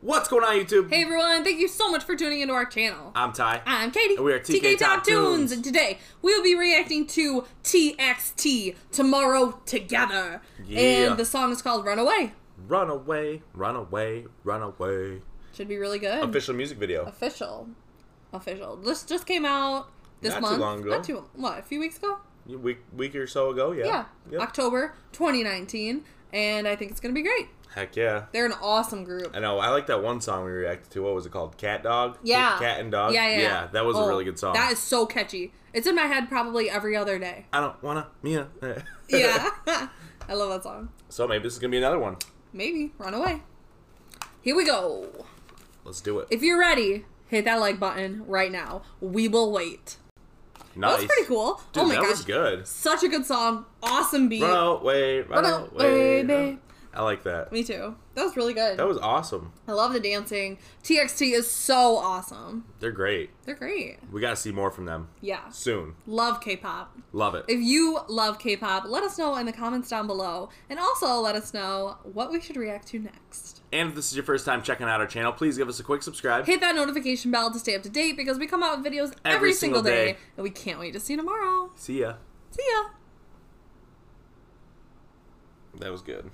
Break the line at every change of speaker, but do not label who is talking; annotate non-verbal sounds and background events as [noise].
What's going on, YouTube?
Hey everyone, thank you so much for tuning into our channel.
I'm Ty.
I'm Katie.
And we are TK Top Tunes.
and today we will be reacting to TXT Tomorrow Together.
Yeah.
And the song is called Runaway.
Run away, run away, run away.
Should be really good.
Official music video.
Official. Official. This just came out this
Not too
month.
long ago.
Not too what, a few weeks ago?
A week, week or so ago, yeah.
Yeah.
Yep.
October 2019. And I think it's gonna be great.
Heck yeah.
They're an awesome group.
I know. I like that one song we reacted to. What was it called? Cat Dog?
Yeah.
Cat and Dog?
Yeah, yeah.
that was
Oh,
a really good song.
That is so catchy. It's in my head probably every other day.
I don't wanna, Mia. [laughs]
Yeah. [laughs] I love that song.
so maybe this is gonna be another one.
Maybe. Run away. Here we go.
Let's do it.
If you're ready, hit that like button right now. We will wait.
nice.
That's pretty cool.
Dude,
oh my
that
gosh.
was good.
Such a good song. Awesome beat.
Run away, run,
Run
away.
away, babe.
I like that.
Me too. That was really good.
That was awesome.
I love the dancing. TXT is so awesome.
They're great.
They're great.
We gotta see more from them
Yeah.
soon.
Love K pop.
Love it.
If you love K pop, let us know in the comments down below. And also let us know what we should react to next.
And if this is your first time checking out our channel, please give us a quick subscribe.
Hit that notification bell to stay up to date because we come out with videos every, single day. and we can't wait to see you tomorrow.
See ya.
See ya.
That was good.